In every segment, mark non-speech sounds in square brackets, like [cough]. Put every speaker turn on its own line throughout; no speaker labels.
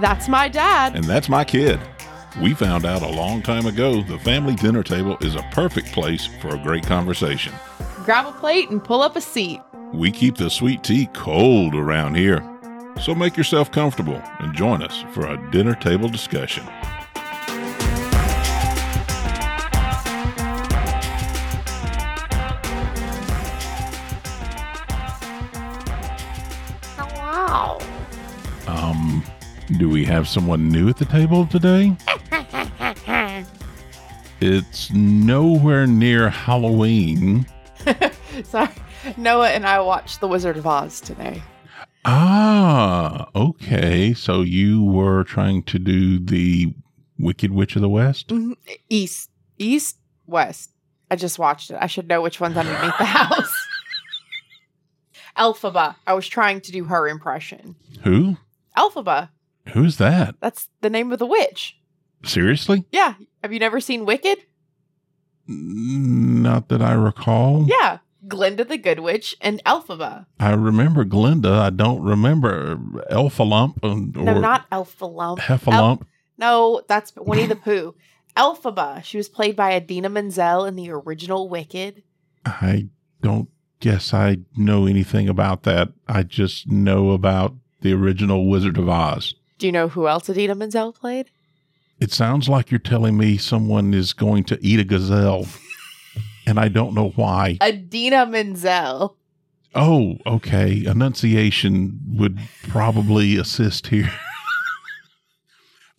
That's my
[laughs]
dad.
And that's my kid. We found out a long time ago the family dinner table is a perfect place for a great conversation.
Grab a plate and pull up a seat.
We keep the sweet tea cold around here. So make yourself comfortable and join us for a dinner table discussion.
Hello.
Um, do we have someone new at the table [laughs] today? It's nowhere near Halloween.
Sorry. Noah and I watched The Wizard of Oz today.
Ah, okay. So you were trying to do the Wicked Witch of the West?
Mhm. East, east, west. I just watched it. I should know which one's underneath the house. Elphaba. I was trying to do her impression.
Who?
Elphaba.
Who's that?
That's the name of the witch.
Seriously?
Yeah. Have you never seen Wicked?
Not that I recall.
Yeah. Glinda the Good Witch and Elphaba.
I remember Glinda. I don't remember Elphalump um, or
No, not Elphalump.
Heffalump.
No, that's Winnie the Pooh. Elphaba. She was played by Adina Menzel in the original Wicked.
I don't guess I know anything about that. I just know about the original Wizard of Oz.
Do you know who else Adina Menzel played?
It sounds like you're telling me someone is going to eat a gazelle, and I don't know why.
Adina Menzel.
Oh, okay. Enunciation would probably assist here.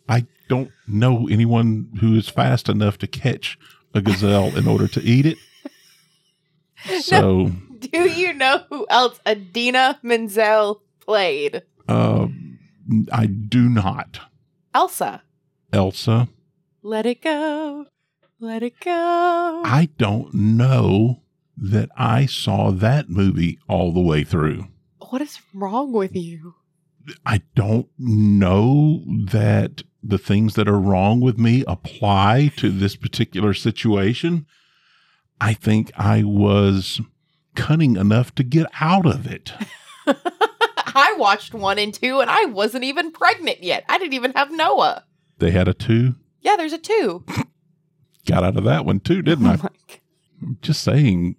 I don't know anyone who is fast enough to catch a gazelle in order to eat it. So,
[laughs] Do you know who else Adina Menzel played?
um I do not.
Elsa.
Elsa,
Let it go. Let it go.
I don't know that I saw that movie all the way through.
what is wrong with you?
I don't know that the things that are wrong with me apply to this particular situation. I think I was cunning enough to get out of it.
[laughs] I watched one and two and I wasn't even pregnant yet. I didn't even have Noah.
They had a two,
Yeah, there's a two.
got out of that one too, didn't
[laughs]
I?
Oh my g-
Just saying,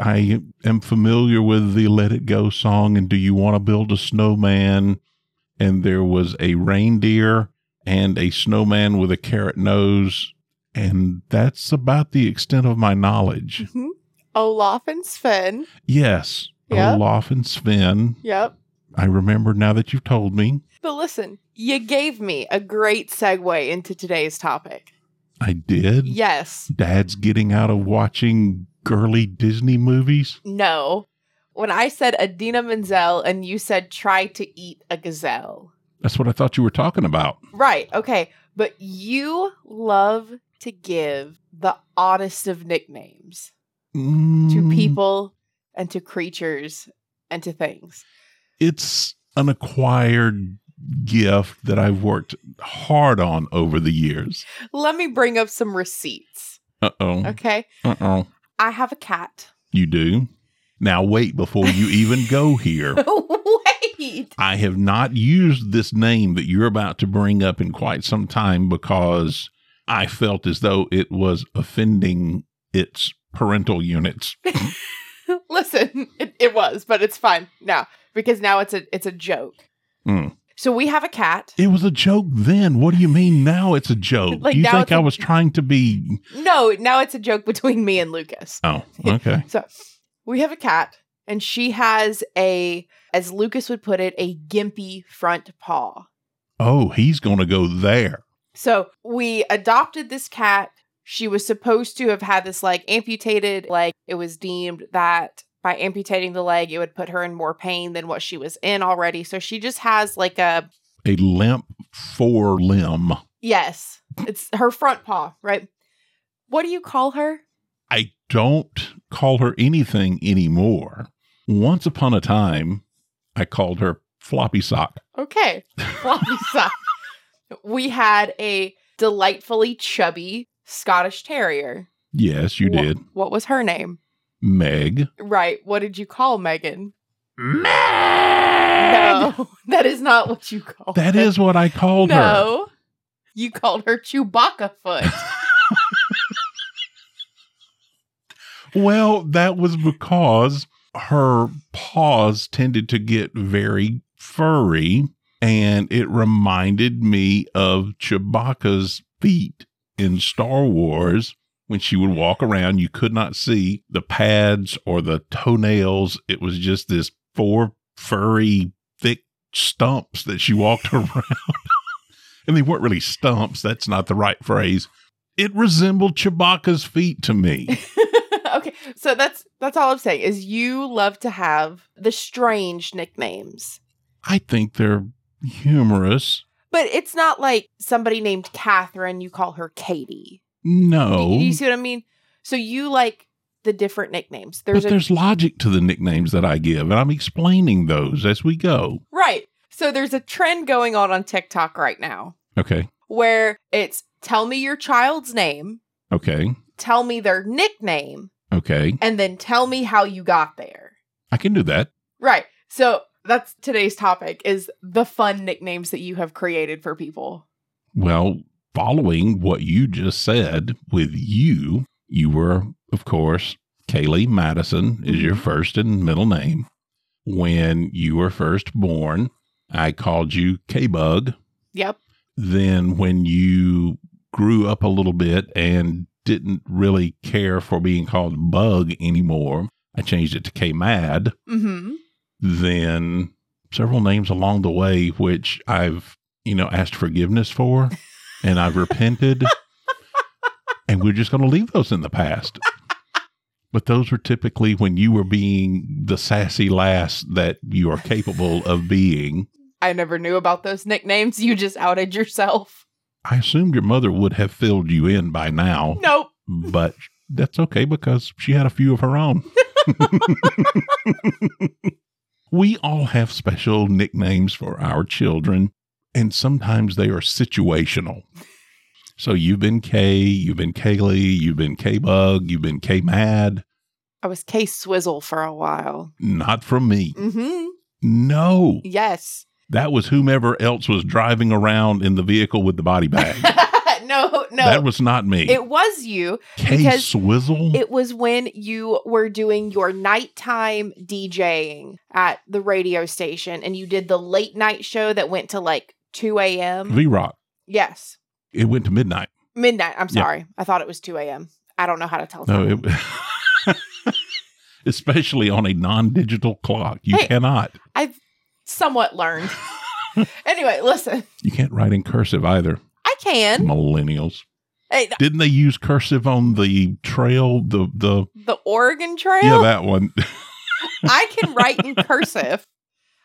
I am familiar with the Let It Go song and Do You Want to Build a Snowman? And there was a reindeer and a snowman with a carrot nose. And that's about the extent of my knowledge.
Mhm. Olaf and Sven.
Yes.
Yeah.
Olaf and Sven.
Yep.
I remember now that you've told me.
But listen, you gave me a great segue into today's topic.
I did.
Yes.
Dad's getting out of watching girly Disney movies.
No. When I said Adina Menzel and you said try to eat a gazelle.
That's what I thought you were talking about.
Right. Okay. But you love to give the oddest of nicknames to
Mm,
people and to creatures and to things.
It's an acquired gift that I've worked hard on over the years.
Let me bring up some receipts.
Uh oh.
Okay.
Uh oh.
I have a cat. [laughs]
You do? Now, wait before you even go here.
[laughs] Wait.
I have not used this name that you're about to bring up in quite some time because I felt as though it was offending its parental units.
[laughs] Listen, it, it was, but it's fine now because now it's a it's a joke.
Hmm.
So we have a cat.
It was a joke then. What do you mean now it's a
[laughs]
joke?
Like
do you
now
think
it's a-
I was trying to be.
No, now it's a joke between me and Lucas. [laughs]
Oh, okay.
So we have a cat, and she has a, as Lucas would put it, a gimpy front paw.
Oh, he's going to go there.
So we adopted this cat. She was supposed to have had this leg amputated. Like it was deemed that by amputating the leg, it would put her in more pain than what she was in already. So she just has like a
A limp for limb.
yes, it's her front paw, right? What do you call her?
I don't call her anything anymore. Once upon a time, I called her floppy sock.
Okay.
[laughs]
Floppy sock. We had a delightfully chubby Scottish Terrier.
Yes, you
Wha-
did.
What was her name?
Meg. [laughs]
Right. What did you call Megan?
Meg!
No, that is not what you called.
That
her.
is what I called her.
no. You called her Chewbacca foot. [laughs]
Well, that was because her paws tended to get very furry, and it reminded me of Chewbacca's feet in Star Wars. When she would walk around, you could not see the pads or the toenails. It was just this four furry, thick stumps that she walked [laughs] around. and they weren't really stumps. That's not the right phrase. It resembled Chewbacca's feet to me.
okay, so that's that's all I'm saying is you love to have the strange nicknames.
I think they're humorous.
But it's not like somebody named Catherine, you call her Katie. Do
No,
you, see what I mean? So you like the different nicknames. There's
but
a
there's logic to the nicknames that I give, and I'm explaining those as we go.
right. So there's a trend going on on TikTok right now
Okay,
where it's tell me your child's name,
okay,
tell me their nickname,
okay.
and then tell me how you got there.
I can do that.
Right. So that's today's topic is the fun nicknames that you have created for people.
Well, following what you just said with you, you were, of course, Kaylee Madison is
Mm-hmm.
your first and middle name. When you were first born, I called you K Bug.
Yep.
Then, when you grew up a little bit and didn't really care for being called Bug anymore, I changed it to K Mad.
Mhm.
Then several names along the way, which I've, you know, asked forgiveness for and I've repented. And we're just going to leave those in the past. But those were typically when you were being the sassy lass that you are capable of being.
I never knew about those nicknames. You just outed yourself.
I assumed your mother would have filled you in by now.
Nope.
but that's okay because she had a few of her own. we all have special nicknames for our children, and sometimes they are situational. So you've been K, you've been Kaylee, you've been K Bug, you've been K Mad.
I was K Swizzle for a while.
Not from me.
Mhm.
No,
Yes.
that was whomever else was driving around in the vehicle with the body bag.
[laughs] no, [laughs] no.
That was not me.
it was you.
K
because
Swizzle.
It was when you were doing your nighttime DJing at the radio station and you did the late night show that went to like 2 a.m.
V Rock.
yes.
It went to midnight.
Midnight. I'm
Yeah.
sorry. I thought it was 2 a.m. I don't know how to tell.
No,
time.
it, [laughs] especially on a non-digital clock, you
Hey.
cannot.
I've somewhat
[laughs]
learned. anyway, listen,
You can't write in cursive either.
I can.
Millennials
Hey,
didn't they use cursive on the trail? The the
the Oregon Trail.
yeah that one. [laughs]
I can write in cursive.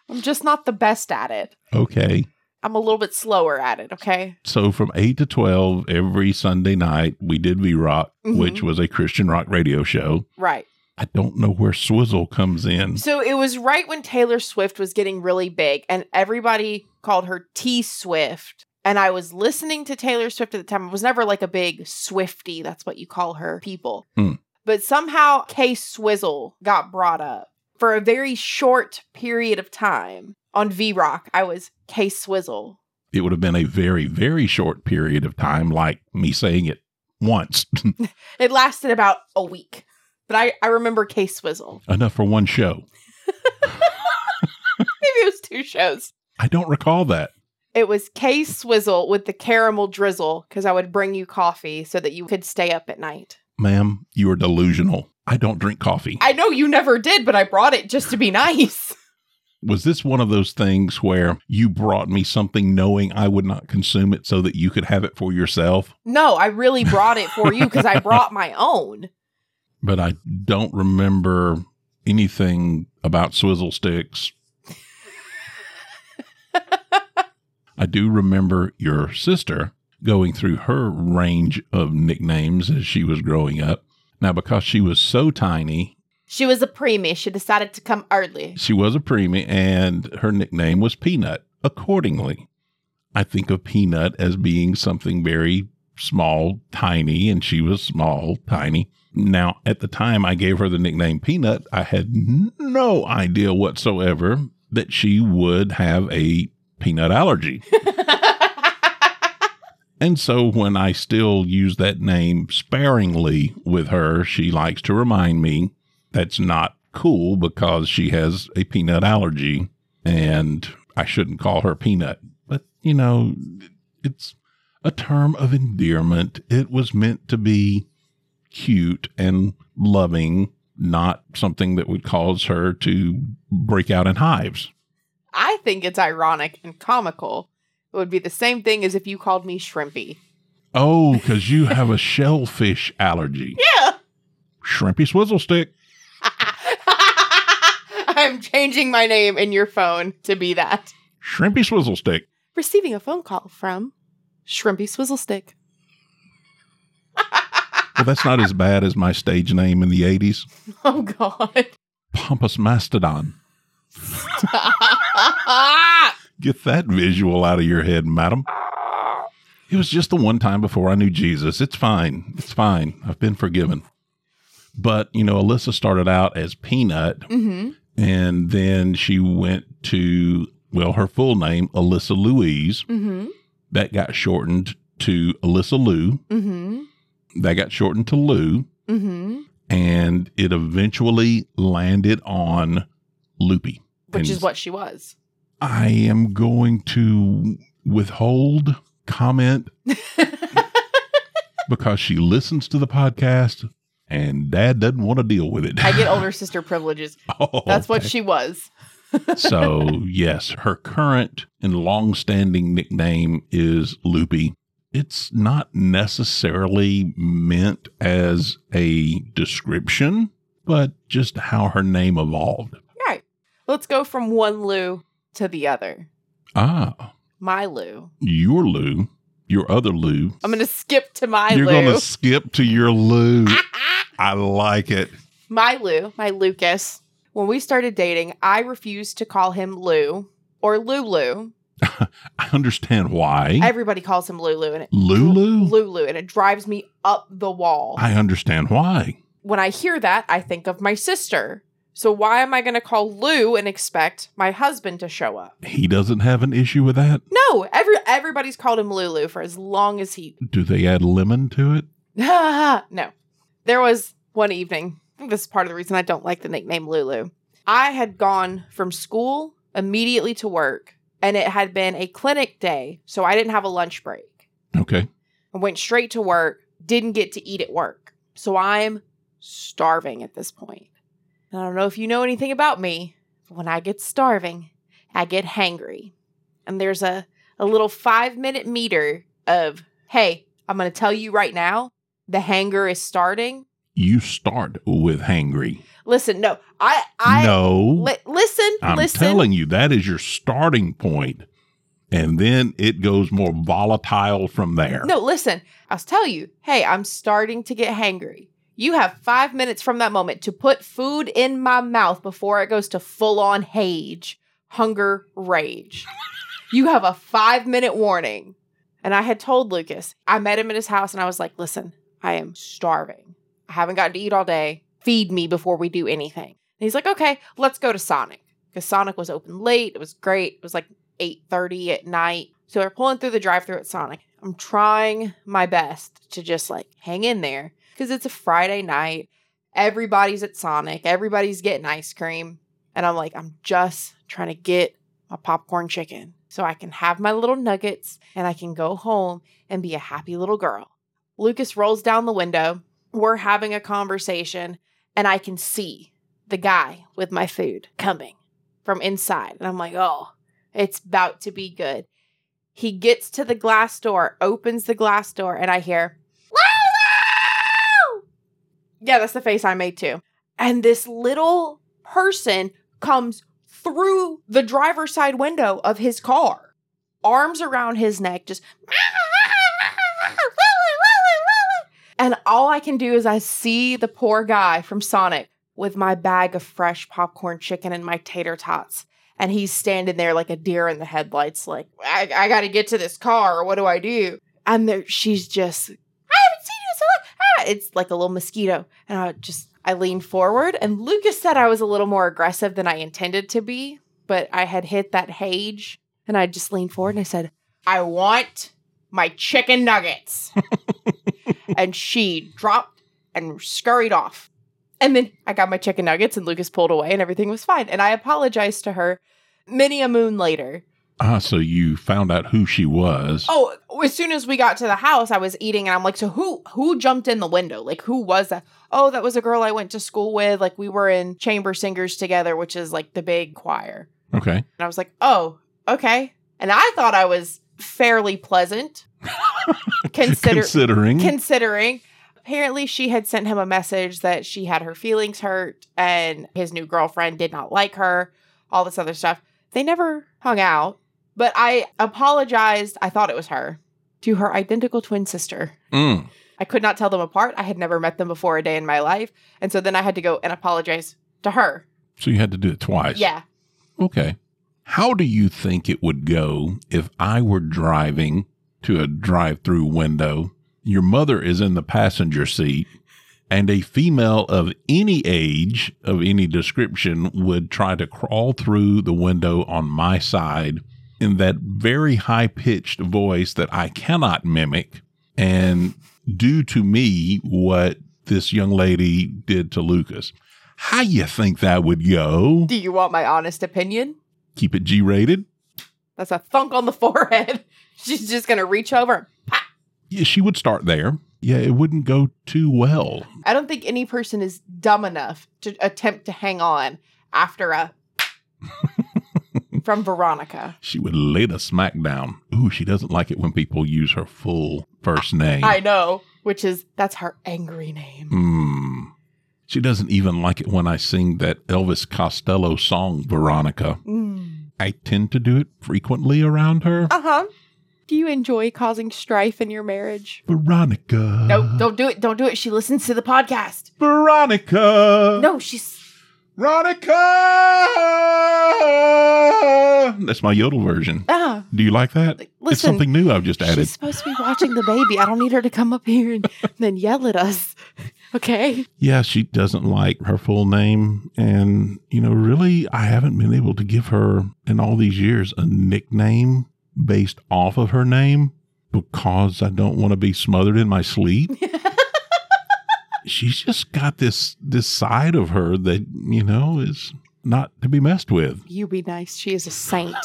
I'm just not the best at it.
okay,
I'm a little bit slower at it, okay?
so from eight to twelve every Sunday night we did V Rock,
Mhm.
which was a Christian rock radio show.
Right.
I don't know where Swizzle comes in.
So it was right when Taylor Swift was getting really big and everybody called her T Swift. And I was listening to Taylor Swift at the time. I was never like a big Swifty. That's what you call her people.
Hmm.
But somehow K Swizzle got brought up for a very short period of time on V Rock. I was K Swizzle.
It would have been a very very short period of time, like me saying it once, [laughs]
It lasted about a week. But I, I remember K Swizzle.
enough for one show.
[laughs] Maybe it was two shows.
I don't recall that.
It was K Swizzle with the caramel drizzle because I would bring you coffee so that you could stay up at night.
ma'am, you are delusional. I don't drink coffee.
I know you never did, but I brought it just to be [laughs] nice.
Was this one of those things where you brought me something knowing I would not consume it so that you could have it for yourself?
No, I really brought it for you because I brought my own.
But I don't remember anything about swizzle sticks. I do remember your sister going through her range of nicknames as she was growing up. Now, because she was so tiny,
She was a preemie. She decided to come early. [laughs]
She was a preemie, and her nickname was Peanut. Accordingly, I think of Peanut as being something very small, tiny, and she was small, tiny. Now, at the time I gave her the nickname Peanut, I had no idea whatsoever that she would have a peanut allergy. And so when I still use that name sparingly with her, she likes to remind me that's not cool because she has a peanut allergy and I shouldn't call her peanut. But, you know, it's a term of endearment. It was meant to be cute and loving, not something that would cause her to break out in hives.
I think it's ironic and comical. It would be the same thing as if you called me Shrimpy.
Oh, because you have a shellfish allergy.
Yeah.
Shrimpy swizzle stick.
[laughs] I'm changing my name in your phone to be that.
Shrimpy swizzle stick.
Receiving a phone call from Shrimpy Swizzlestick.
Well, that's not as bad as my stage name in the 80s
[laughs] Oh, God.
Pompous Mastodon.
Stop.
Get that visual out of your head, madam. It was just the one time before I knew Jesus. It's fine. It's fine. I've been forgiven. But, you know, Alyssa started out as
[laughs]
Peanut,
mm-hmm.
and then she went to, well, her full name, Alyssa Louise.
Mm-hmm.
That got shortened to Alyssa Lou.
Mm-hmm.
That got shortened to Lou.
Mm-hmm.
And it eventually landed on Loopy.
Which
And-
is what she was. [laughs]
I am going to withhold comment because she listens to the podcast and dad doesn't want to deal with it.
I
[laughs]
get older sister privileges.
Oh,
That's what
okay.
she was.
so, yes, her current and long-standing nickname is Loopy. It's not necessarily meant as a description, but just how her name evolved.
Right. Let's go from one Lou to the other.
Ah,
My Lou.
your Lou, your other Lou.
I'm going to skip to Oh, my
You're
Lou.
gonna skip to
[laughs]
your Lou. I like it.
my Lou, my Lucas. When we started dating, I refused to call him Lou or Lulu.
I understand why.
Everybody calls him Lulu, and it
Lulu?
Lulu, and it drives me up the wall.
I understand why.
when I hear that, I think of my sister. So why am I going to call Lou and expect my husband to show up?
He doesn't have an issue with that.
No, every everybody's called him Lulu for as long as he.
Do they add lemon to it?
[laughs] no, there was one evening. I think this is part of the reason I don't like the nickname Lulu. I had gone from school immediately to work, and it had been a clinic day, so I didn't have a lunch break.
Okay.
I went straight to work, didn't get to eat at work. So I'm starving at this point. I don't know if you know anything about me, but when I get starving, I get hangry. And there's a, a little five minute meter of, hey, I'm going to tell you right now, the hanger is starting.
You start with hangry.
Listen, no, I, I,
no.
li- listen,
I'm
listen.
telling you, that is your starting point. And then it goes more volatile from there.
No, listen. I was telling you, hey, I'm starting to get hangry. You have five minutes from that moment to put food in my mouth before it goes to full on hage, hunger, rage. you have a five minute warning. And I had told Lucas, I met him at his house and I was like, listen, I am starving. I haven't gotten to eat all day. Feed me before we do anything. And he's like, okay, let's go to Sonic. Because Sonic was open late. It was great. It was like 8.30 at night. So we're pulling through the drive-thru at Sonic. I'm trying my best to just like hang in there. Because it's a Friday night. Everybody's at Sonic. Everybody's getting ice cream. And I'm like, I'm just trying to get my popcorn chicken so I can have my little nuggets and I can go home and be a happy little girl. Lucas rolls down the window. We're having a conversation, and I can see the guy with my food coming from inside. And I'm like, oh, it's about to be good. He gets to the glass door, opens the glass door, and I hear, Lulu! Yeah, that's the face I made too. And this little person comes through the driver's side window of his car, arms around his neck, just. And all I can do is I see the poor guy from Sonic with my bag of fresh popcorn chicken and my tater tots. And he's standing there like a deer in the headlights, like, I, I gotta get to this car, or what do I do? And there, she's just, I haven't seen you in so long. Ah, it's like a little mosquito. And I just, I leaned forward, and Lucas said I was a little more aggressive than I intended to be. but I had hit that hedge and I just leaned forward and I said, I want my chicken nuggets. and she dropped and scurried off. And then I got my chicken nuggets and Lucas pulled away and everything was fine. And I apologized to her many a moon later.
Ah, so you found out who she was.
Oh, as soon as we got to the house, I was eating and I'm like, so who who jumped in the window? Like who was that? Oh, that was a girl I went to school with. Like we were in chamber singers together, which is like the big choir.
Okay.
And I was like, oh, okay. And I thought I was fairly pleasant. consider
Considering.
considering apparently she had sent him a message that she had her feelings hurt and his new girlfriend did not like her all this other stuff they never hung out but i apologized i thought it was her to her identical twin sister
Mm.
i could not tell them apart i had never met them before a day in my life and so then i had to go and apologize to her
So you had to do it twice.
yeah
Okay. How do you think it would go if I were driving to a drive through window? Your mother is in the passenger seat, and a female of any age, of any description, would try to crawl through the window on my side in that very high pitched voice that I cannot mimic and do to me what this young lady did to Lucas. How you think that would go?
do you want my honest opinion
Keep it G rated.
that's a thunk on the [laughs] forehead she's just gonna reach over and
Yeah, she would start there. Yeah, it wouldn't go too well.
I don't think any person is dumb enough to attempt to hang on after
[laughs]
a from Veronica.
She would lay the smack down. Ooh, she doesn't like it when people use her full first name.
I know, which is that's her angry name.
Mm. She doesn't even like it when I sing that Elvis Costello song, Veronica.
Mm.
I tend to do it frequently around her.
Uh huh. Do you enjoy causing strife in your marriage?
Veronica.
No, don't do it. Don't do it. She listens to the podcast.
Veronica.
No, she's
Veronica. That's my yodel version.
ah.
Do you like that?
Like,
it's
listen,
something new I've just added.
she's supposed to be watching the baby. I don't need her to come up here [laughs] and then yell at us. Okay.
yeah, she doesn't like her full name. And, you know, really, I haven't been able to give her in all these years a nickname based off of her name because I don't want to be smothered in my sleep. She's just got this this side of her that, you know, is not to be messed with.
You be nice. She is a saint.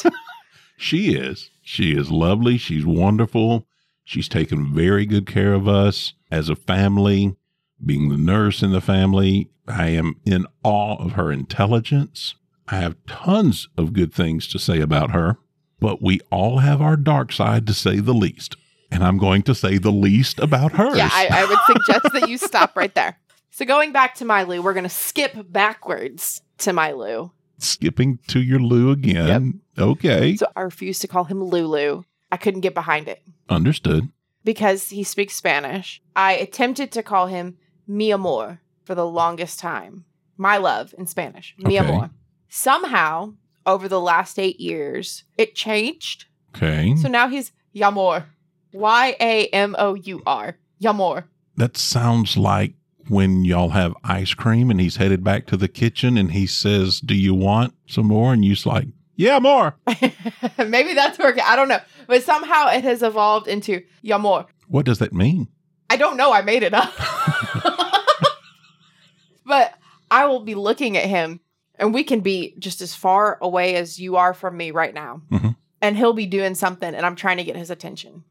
She is. She is lovely. She's wonderful. She's taken very good care of us as a family. Being the nurse in the family, I am in awe of her intelligence. I have tons of good things to say about her, but we all have our dark side to say the least. And I'm going to say the least about hers.
[laughs] Yeah, I, I would suggest that you stop right there. [laughs] So going back to my Lou, we're gonna skip backwards to my Lou.
[laughs] Skipping to your Lou again. Okay.
So I refuse to call him Lulu. I couldn't get behind it
Understood.
because he speaks Spanish. I attempted to call him mi amor for the longest time. My love in Spanish. Mi
Okay.
amor. Somehow, over the last eight years, it changed.
Okay.
So now he's Yamor. Y A M O U R. Yamor.
That sounds like when y'all have ice cream and he's headed back to the kitchen and he says, Do you want some more? And you're just like, Yeah, more.
[laughs] Maybe that's where I don't know, but somehow it has evolved into Yamor.
What does that mean?
I don't know. I made it up, [laughs] but I will be looking at him, and we can be just as far away as you are from me right now,
Mhm.
and he'll be doing something, and I'm trying to get his attention.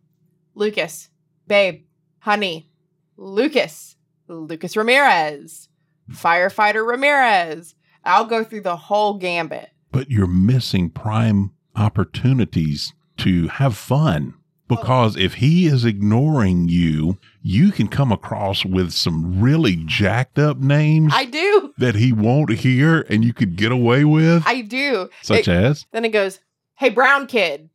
Lucas, babe, honey, Lucas, Lucas Ramirez, firefighter Ramirez. I'll go through the whole gambit.
But you're missing prime opportunities to have fun. Because if he is ignoring you, you can come across with some really jacked up names
I do.
that he won't hear and you could get away with,
I do.
such as,
Then it goes, Hey, brown kid.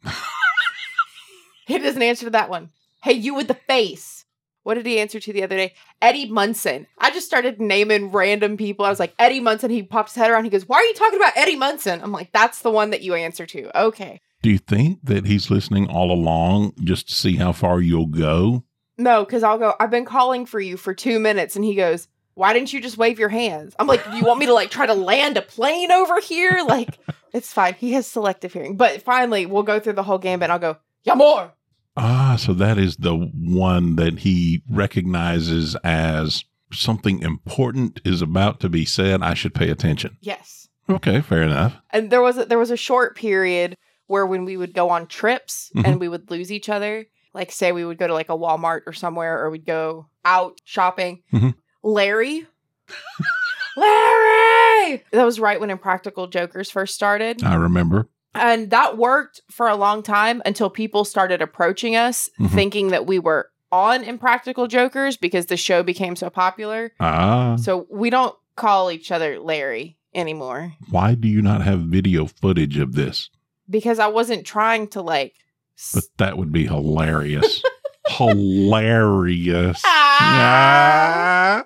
he doesn't answer to that one. Hey, you with the face. What did he answer to the other day? Eddie Munson. I just started naming random people. I was like, Eddie Munson. He pops his head around. He goes, Why are you talking about Eddie Munson? I'm like, That's the one that you answer to. Okay.
Do you think that he's listening all along just to see how far you'll go?
No, because I'll go, I've been calling for you for two minutes. And he goes, Why didn't you just wave your hands? I'm like, You want me to like try to land a plane over here? Like, It's fine. He has selective hearing. But finally, we'll go through the whole game and I'll go, Yamor!
Ah, so that is the one that he recognizes as something important is about to be said. I should pay attention.
Yes.
Okay, fair enough.
And there was a, there was a short period where when we would go on trips
Mhm.
and we would lose each other, like say we would go to like a Walmart or somewhere or we'd go out shopping.
Mhm.
Larry [laughs] Larry! That was right when Impractical Jokers first started.
I remember.
And that worked for a long time until people started approaching us
Mhm.
thinking that we were on Impractical Jokers because the show became so popular.
Ah,
So we don't call each other Larry anymore
why do you not have video footage of this?
because I wasn't trying to like. s-
But that would be
[laughs]
hilarious. [laughs] hilarious.
Ah!
Ah.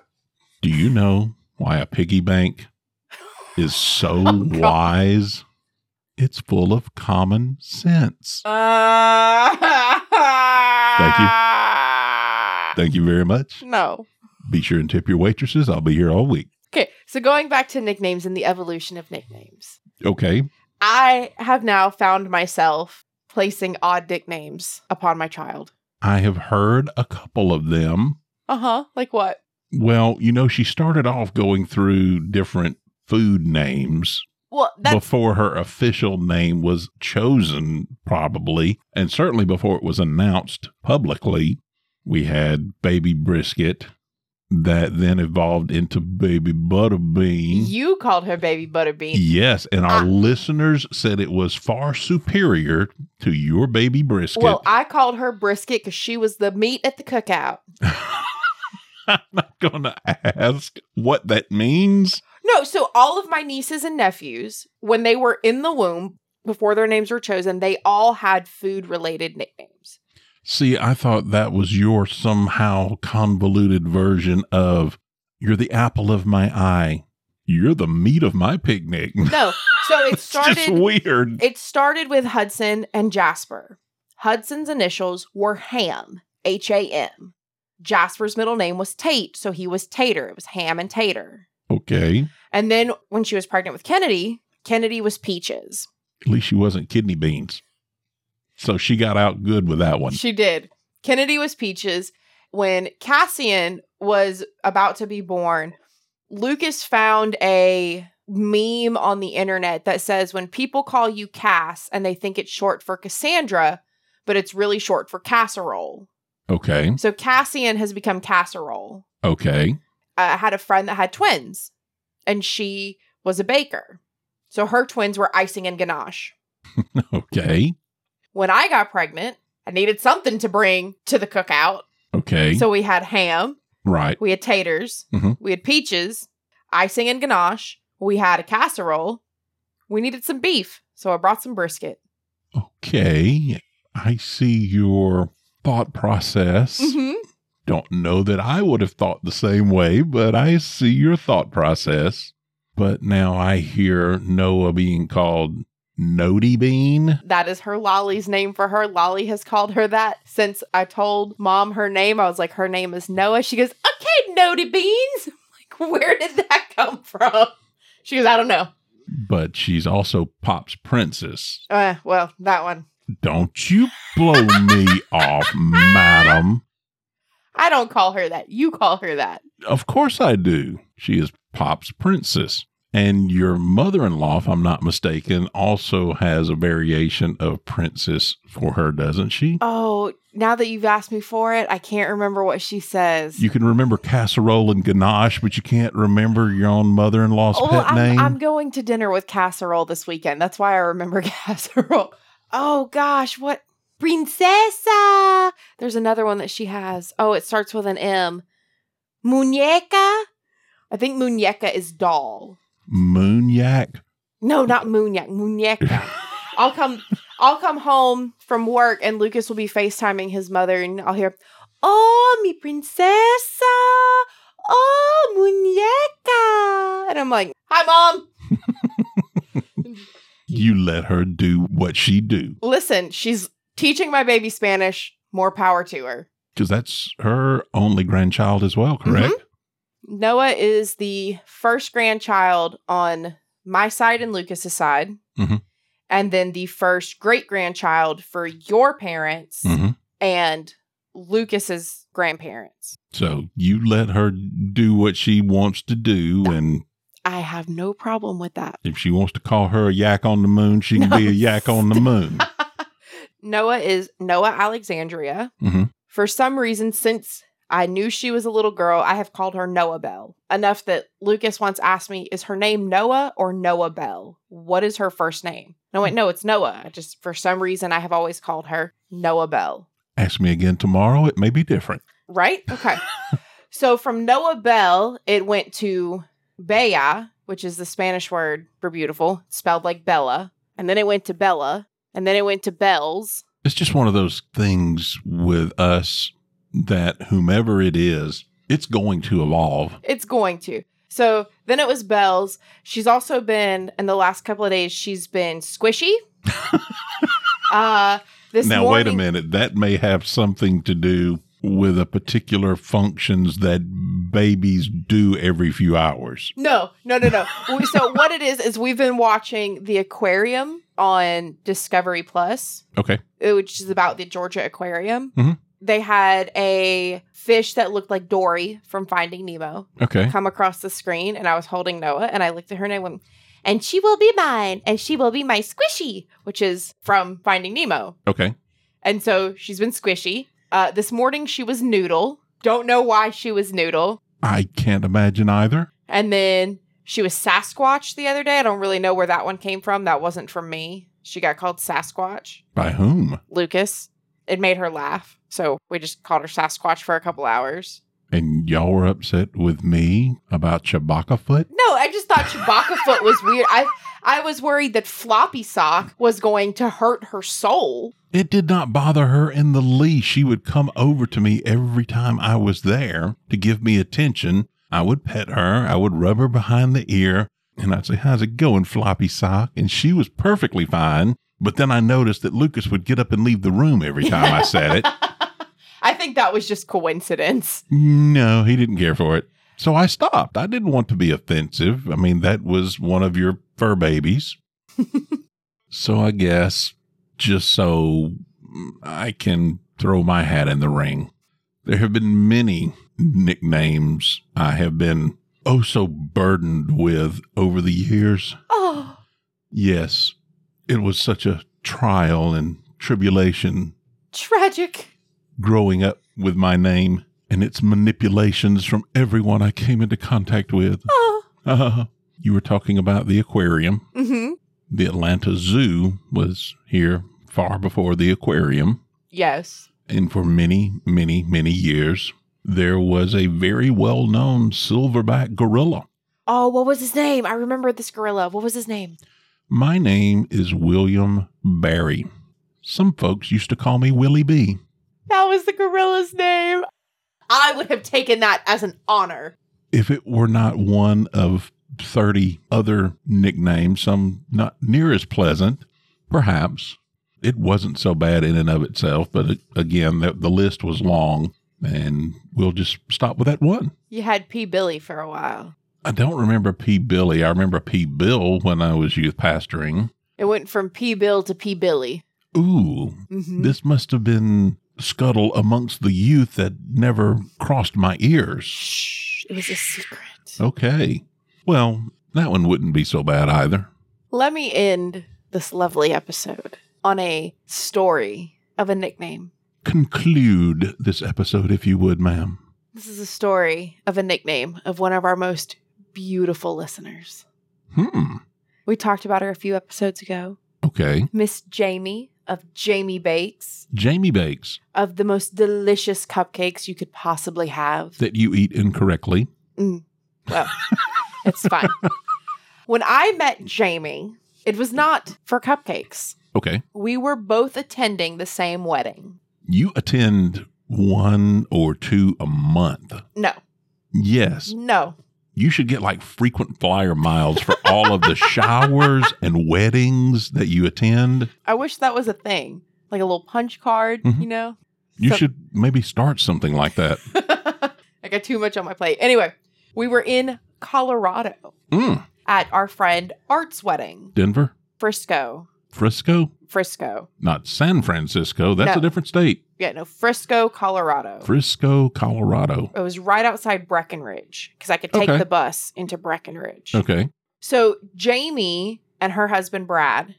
Do you know why a piggy bank is so
[laughs] Oh, God.
wise? It's full of common sense.
Ah!
Thank you very much.
No.
Be sure and tip your waitresses. I'll be here all week.
Okay. So going back to nicknames and the evolution of nicknames,
Okay.
I have now found myself placing odd nicknames upon my child.
I have heard a couple of them.
Uh huh. Like what?
Well, you know, she started off going through different food names
Well, that's
before her official name was chosen, probably, and certainly before it was announced publicly. We had baby brisket that then evolved into baby butterbean.
you called her baby butterbean.
Yes, and our
Ah.
listeners said it was far superior to your baby brisket.
Well, I called her brisket because she was the meat at the cookout.
I'm not going to ask what that means.
No, so all of my nieces and nephews, when they were in the womb, before their names were chosen, they all had food related nicknames.
See, I thought that was your somehow convoluted version of you're the apple of my eye. You're the meat of my picnic. [laughs]
No, so it
it's just
started
weird.
it started with Hudson and Jasper. Hudson's initials were Ham, H A M. Jasper's middle name was Tate, so he was Tater. It was Ham and Tater.
Okay.
And then when she was pregnant with Kennedy, Kennedy was Peaches.
At least she wasn't kidney beans. So she got out good with that one.
She did. Kennedy was Peaches. When Cassian was about to be born, Lucas found a meme on the internet that says when people call you Cass and they think it's short for Cassandra, but it's really short for casserole.
Okay.
So Cassian has become casserole.
Okay.
I had a friend that had twins and she was a baker. So her twins were icing and ganache.
Okay.
When I got pregnant, I needed something to bring to the cookout.
Okay.
So we had ham,
right.
we had taters,
Mhm.
we had peaches, icing and ganache, we had a casserole. We needed some beef, so I brought some brisket.
Okay. I see your thought process.
hmm
Don't know that I would have thought the same way, but I see your thought process. But now I hear Noah being called Nody Bean.
That is her Lolly's name for her. Lolly has called her that since I told mom her name. I was like, her name is Noah. She goes, okay, Nody Beans. [laughs] I'm like, where did that come from? She goes, I don't know.
But she's also Pop's princess.
Uh, well, that one.
Don't you blow me off, madam.
I don't call her that. You call her that.
Of course I do. She is Pop's princess. And your mother in law, if I'm not mistaken, also has a variation of princess for her, doesn't she?
Oh, now that you've asked me for it, I can't remember what she says.
You can remember casserole and ganache, but you can't remember your own mother in law's
Oh,
pet
I'm,
name.
I'm going to dinner with casserole this weekend. That's why I remember [laughs] casserole. Oh gosh, what princesa? There's another one that she has. Oh, it starts with an M. Muñeca. I think muñeca is doll.
Moon yak.
No, not muñeca.
[laughs]
Muñeca. I'll come. I'll come home from work, and Lucas will be facetiming his mother, and I'll hear, "Oh, mi princesa. Oh, muñeca." And I'm like, "Hi, mom."
you let her do what she do
listen, she's teaching my baby Spanish. More power to her.
because that's her only grandchild as well,
Mm-hmm.
correct?
Noah is the first grandchild on my side and Lucas's side.
Mhm.
and then the first great grandchild for your parents
hmm
and Lucas's grandparents.
So you let her do what she wants to do, and
I have no problem with that. [laughs]
if she wants to call her a yak on the moon, she can
No. [laughs]
be a yak on the moon.
Noah is Noah Alexandria.
hmm
For some reason, since I knew she was a little girl, I have called her Noah Bell. Enough that Lucas once asked me, is her name Noah or Noah Bell? What is her first name? And I went, no, it's Noah. I just, for some reason, I have always called her Noah Bell.
Ask me again tomorrow; it may be different.
Right? Okay. so from Noah Bell, it went to Bella, which is the Spanish word for beautiful, spelled like Bella. And then it went to Bella. And then it went to Bells.
It's just one of those things with us that whomever it is, it's going to evolve.
It's going to. So then it was Bells. She's also been in the last couple of days. She's been
[laughs]
squishy. uh, this
now,
morning,
wait a minute. That may have something to do with a particular functions that babies do every few hours.
No, no, no, no. We- so what it is is we've been watching the aquarium on Discovery Plus,
Okay.
uh, which is about the Georgia Aquarium.
Mhm.
They had a fish that looked like Dory from Finding Nemo
Okay.
come across the screen, and I was holding Noah, and I looked at her and I went, "And she will be mine, and she will be my squishy," which is from Finding Nemo.
Okay.
And so she's been squishy. Uh, this morning she was noodle. Don't know why she was noodle.
I can't imagine either.
And then she was Sasquatch the other day. I don't really know where that one came from. That wasn't from me. She got called Sasquatch.
By whom?
Lucas. It made her laugh. So we just called her Sasquatch for a couple hours.
And y'all were upset with me about Chewbacca foot?
No, I just thought Chewbacca foot was weird. I I was worried that Floppy Sock was going to hurt her soul.
It did not bother her in the least. She would come over to me every time I was there to give me attention. I would pet her, I would rub her behind the ear, and I'd say, How's it going, floppy sock? And she was perfectly fine. But then I noticed that Lucas would get up and leave the room every time I said it.
[laughs] I think that was just coincidence.
No, he didn't care for it. So I stopped. I didn't want to be offensive. I mean, that was one of your fur babies. so I guess just so I can throw my hat in the ring, there have been many nicknames I have been oh so burdened with over the years.
Oh,
Yes, it was such a trial and tribulation
tragic.
growing up with my name and its manipulations from everyone I came into contact with. [laughs]
Oh.
Uh, you were talking about the aquarium.
Mm-hmm.
The Atlanta Zoo was here far before the aquarium.
Yes.
And for many, many, many years, there was a very well known silverback gorilla.
Oh, what was his name? I remember this gorilla. What was his name?
My name is William Barry. Some folks used to call me Willie B.
That was the gorilla's name. I would have taken that as an honor.
if it were not one of 30 other nicknames, some not near as pleasant, perhaps. It wasn't so bad in and of itself, but it, again, the, the list was long, and we'll just stop with that one.
You had P. Billy for a while.
I don't remember P. Billy. I remember P. Bill when I was youth pastoring.
It went from P. Bill to P. Billy.
Ooh,
Mm-hmm.
this must have been scuttle amongst the youth that never crossed my ears.
Shh, it was a secret.
Okay. Well, that one wouldn't be so bad either.
Let me end this lovely episode on a story of a nickname.
conclude this episode, if you would, ma'am.
This is a story of a nickname of one of our most beautiful listeners.
Hmm.
We talked about her a few episodes ago.
Okay.
Miss Jamie of Jamie Bakes,
Jamie Bakes,
of the most delicious cupcakes you could possibly have.
that you eat incorrectly.
Well, it's fine. When I met Jamie, it was not for cupcakes.
Okay.
We were both attending the same wedding.
You attend one or two a month.
No,
Yes.
no.
You should get like frequent flyer miles for all [laughs] of the showers and weddings that you attend.
I wish that was a thing, like a little punch card,
Mhm.
you know?
You
So-
should maybe start something like that.
[laughs] I got too much on my plate. Anyway, we were in Colorado
Mm.
at our friend Art's wedding.
Denver.
Frisco.
Frisco?
Frisco.
Not San Francisco. That's
No.
a different state.
Yeah, no, Frisco, Colorado.
Frisco, Colorado.
it was right outside Breckenridge because I could take
Okay.
the bus into Breckenridge.
Okay.
So Jamie and her husband Brad.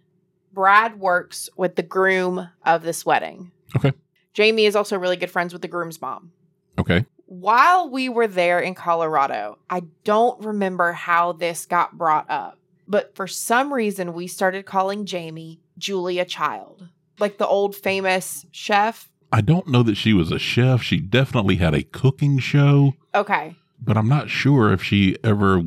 Brad works with the groom of this wedding.
Okay.
Jamie is also really good friends with the groom's mom.
Okay.
While we were there in Colorado, I don't remember how this got brought up, but for some reason we started calling Jamie Julia Child, like the old famous chef.
I don't know that she was a chef. She definitely had a cooking show,
Okay.
but I'm not sure if she ever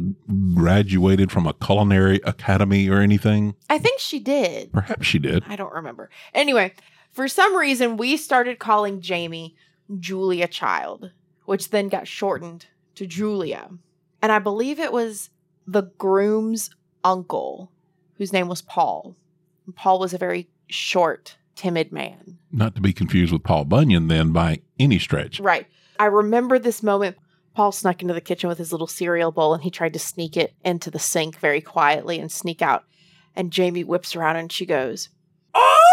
graduated from a culinary academy or anything.
I think she did.
Perhaps she did.
I don't remember. Anyway, for some reason, we started calling Jamie Julia Child, which then got shortened to Julia. And I believe it was the groom's uncle, whose name was Paul. And Paul was a very short, timid man.
Not to be confused with Paul Bunyan, then, by any stretch.
Right. I remember this moment. Paul snuck into the kitchen with his little cereal bowl and he tried to sneak it into the sink very quietly and sneak out. And Jamie whips around and she goes, Oh,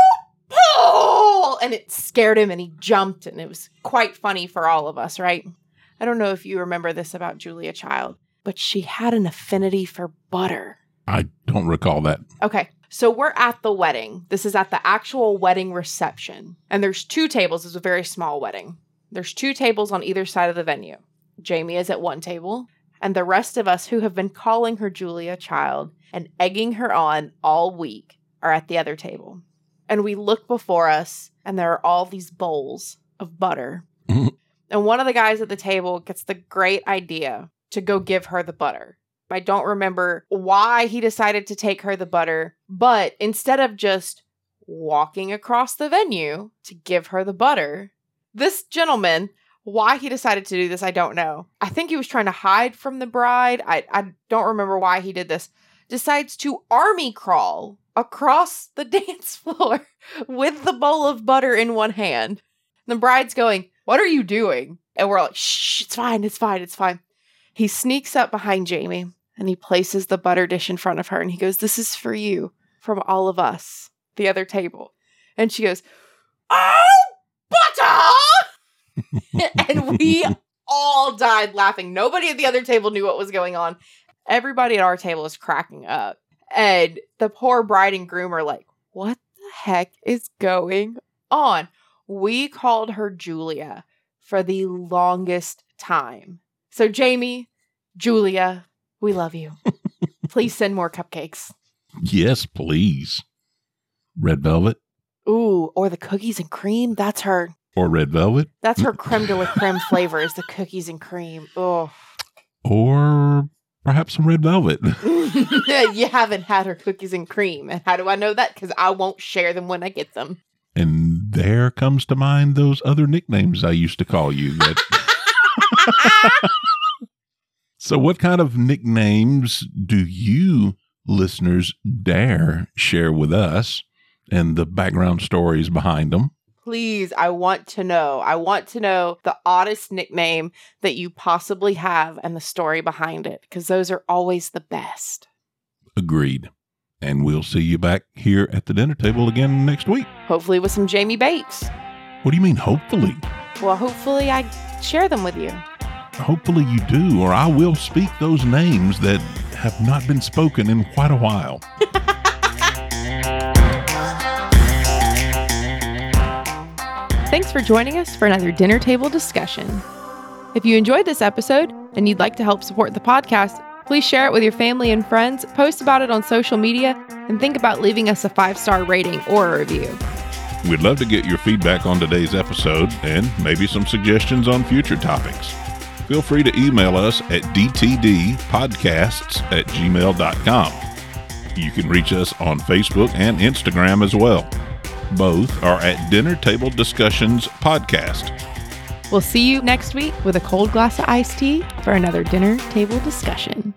Paul! And it scared him and he jumped and it was quite funny for all of us, right? I don't know if you remember this about Julia Child, but she had an affinity for butter.
I don't recall that.
Okay. So we're at the wedding. This is at the actual wedding reception. And there's two tables. It's a very small wedding. There's two tables on either side of the venue. Jamie is at one table, and the rest of us who have been calling her Julia Child and egging her on all week are at the other table. And we look before us, and there are all these bowls of butter.
Mhm.
and one of the guys at the table gets the great idea to go give her the butter. I don't remember why he decided to take her the butter, but instead of just walking across the venue to give her the butter, this gentleman, why he decided to do this, I don't know. I think he was trying to hide from the bride. I, I don't remember why he did this. Decides to army crawl across the [laughs] dance floor with the bowl of butter in one hand. The bride's going, What are you doing? And we're like, Shh, it's fine, it's fine, it's fine. He sneaks up behind Jamie and he places the butter dish in front of her and he goes, This is for you from all of us, the other table. And she goes, Oh, butter! [laughs] and we all died laughing. Nobody at the other table knew what was going on. Everybody at our table is cracking up. And the poor bride and groom are like, What the heck is going on? We called her Julia for the longest time. So, Jamie, Julia, we love you. Please send more cupcakes.
Yes, please. Red Velvet
Ooh, or the cookies and cream. That's her.
or Red Velvet
That's her creme de la creme flavor is the cookies and cream. Oh,
or perhaps some Red Velvet.
[laughs]
[laughs]
you haven't had her cookies and cream, and how do I know that? Because I won't share them when I get them. [laughs]
And there comes to mind those other nicknames I used to call you. That so, what kind of nicknames do you listeners dare share with us and the background stories behind them?
Please, I want to know. I want to know the oddest nickname that you possibly have and the story behind it, because those are always the best.
Agreed. And we'll see you back here at the dinner table again next week.
Hopefully, with some Jamie Bates.
What do you mean, hopefully?
Well, hopefully, I share them with you.
Hopefully you do, or I will speak those names that have not been spoken in quite a while.
Thanks for joining us for another dinner table discussion. If you enjoyed this episode and you'd like to help support the podcast, please share it with your family and friends, post about it on social media, and think about leaving us a five star rating or a review.
We'd love to get your feedback on today's episode and maybe some suggestions on future topics. Feel free to email us at dtdpodcasts at gmail.com. You can reach us on Facebook and Instagram as well. Both are at Dinner Table Discussions Podcast.
We'll see you next week with a cold glass of iced tea for another dinner table discussion.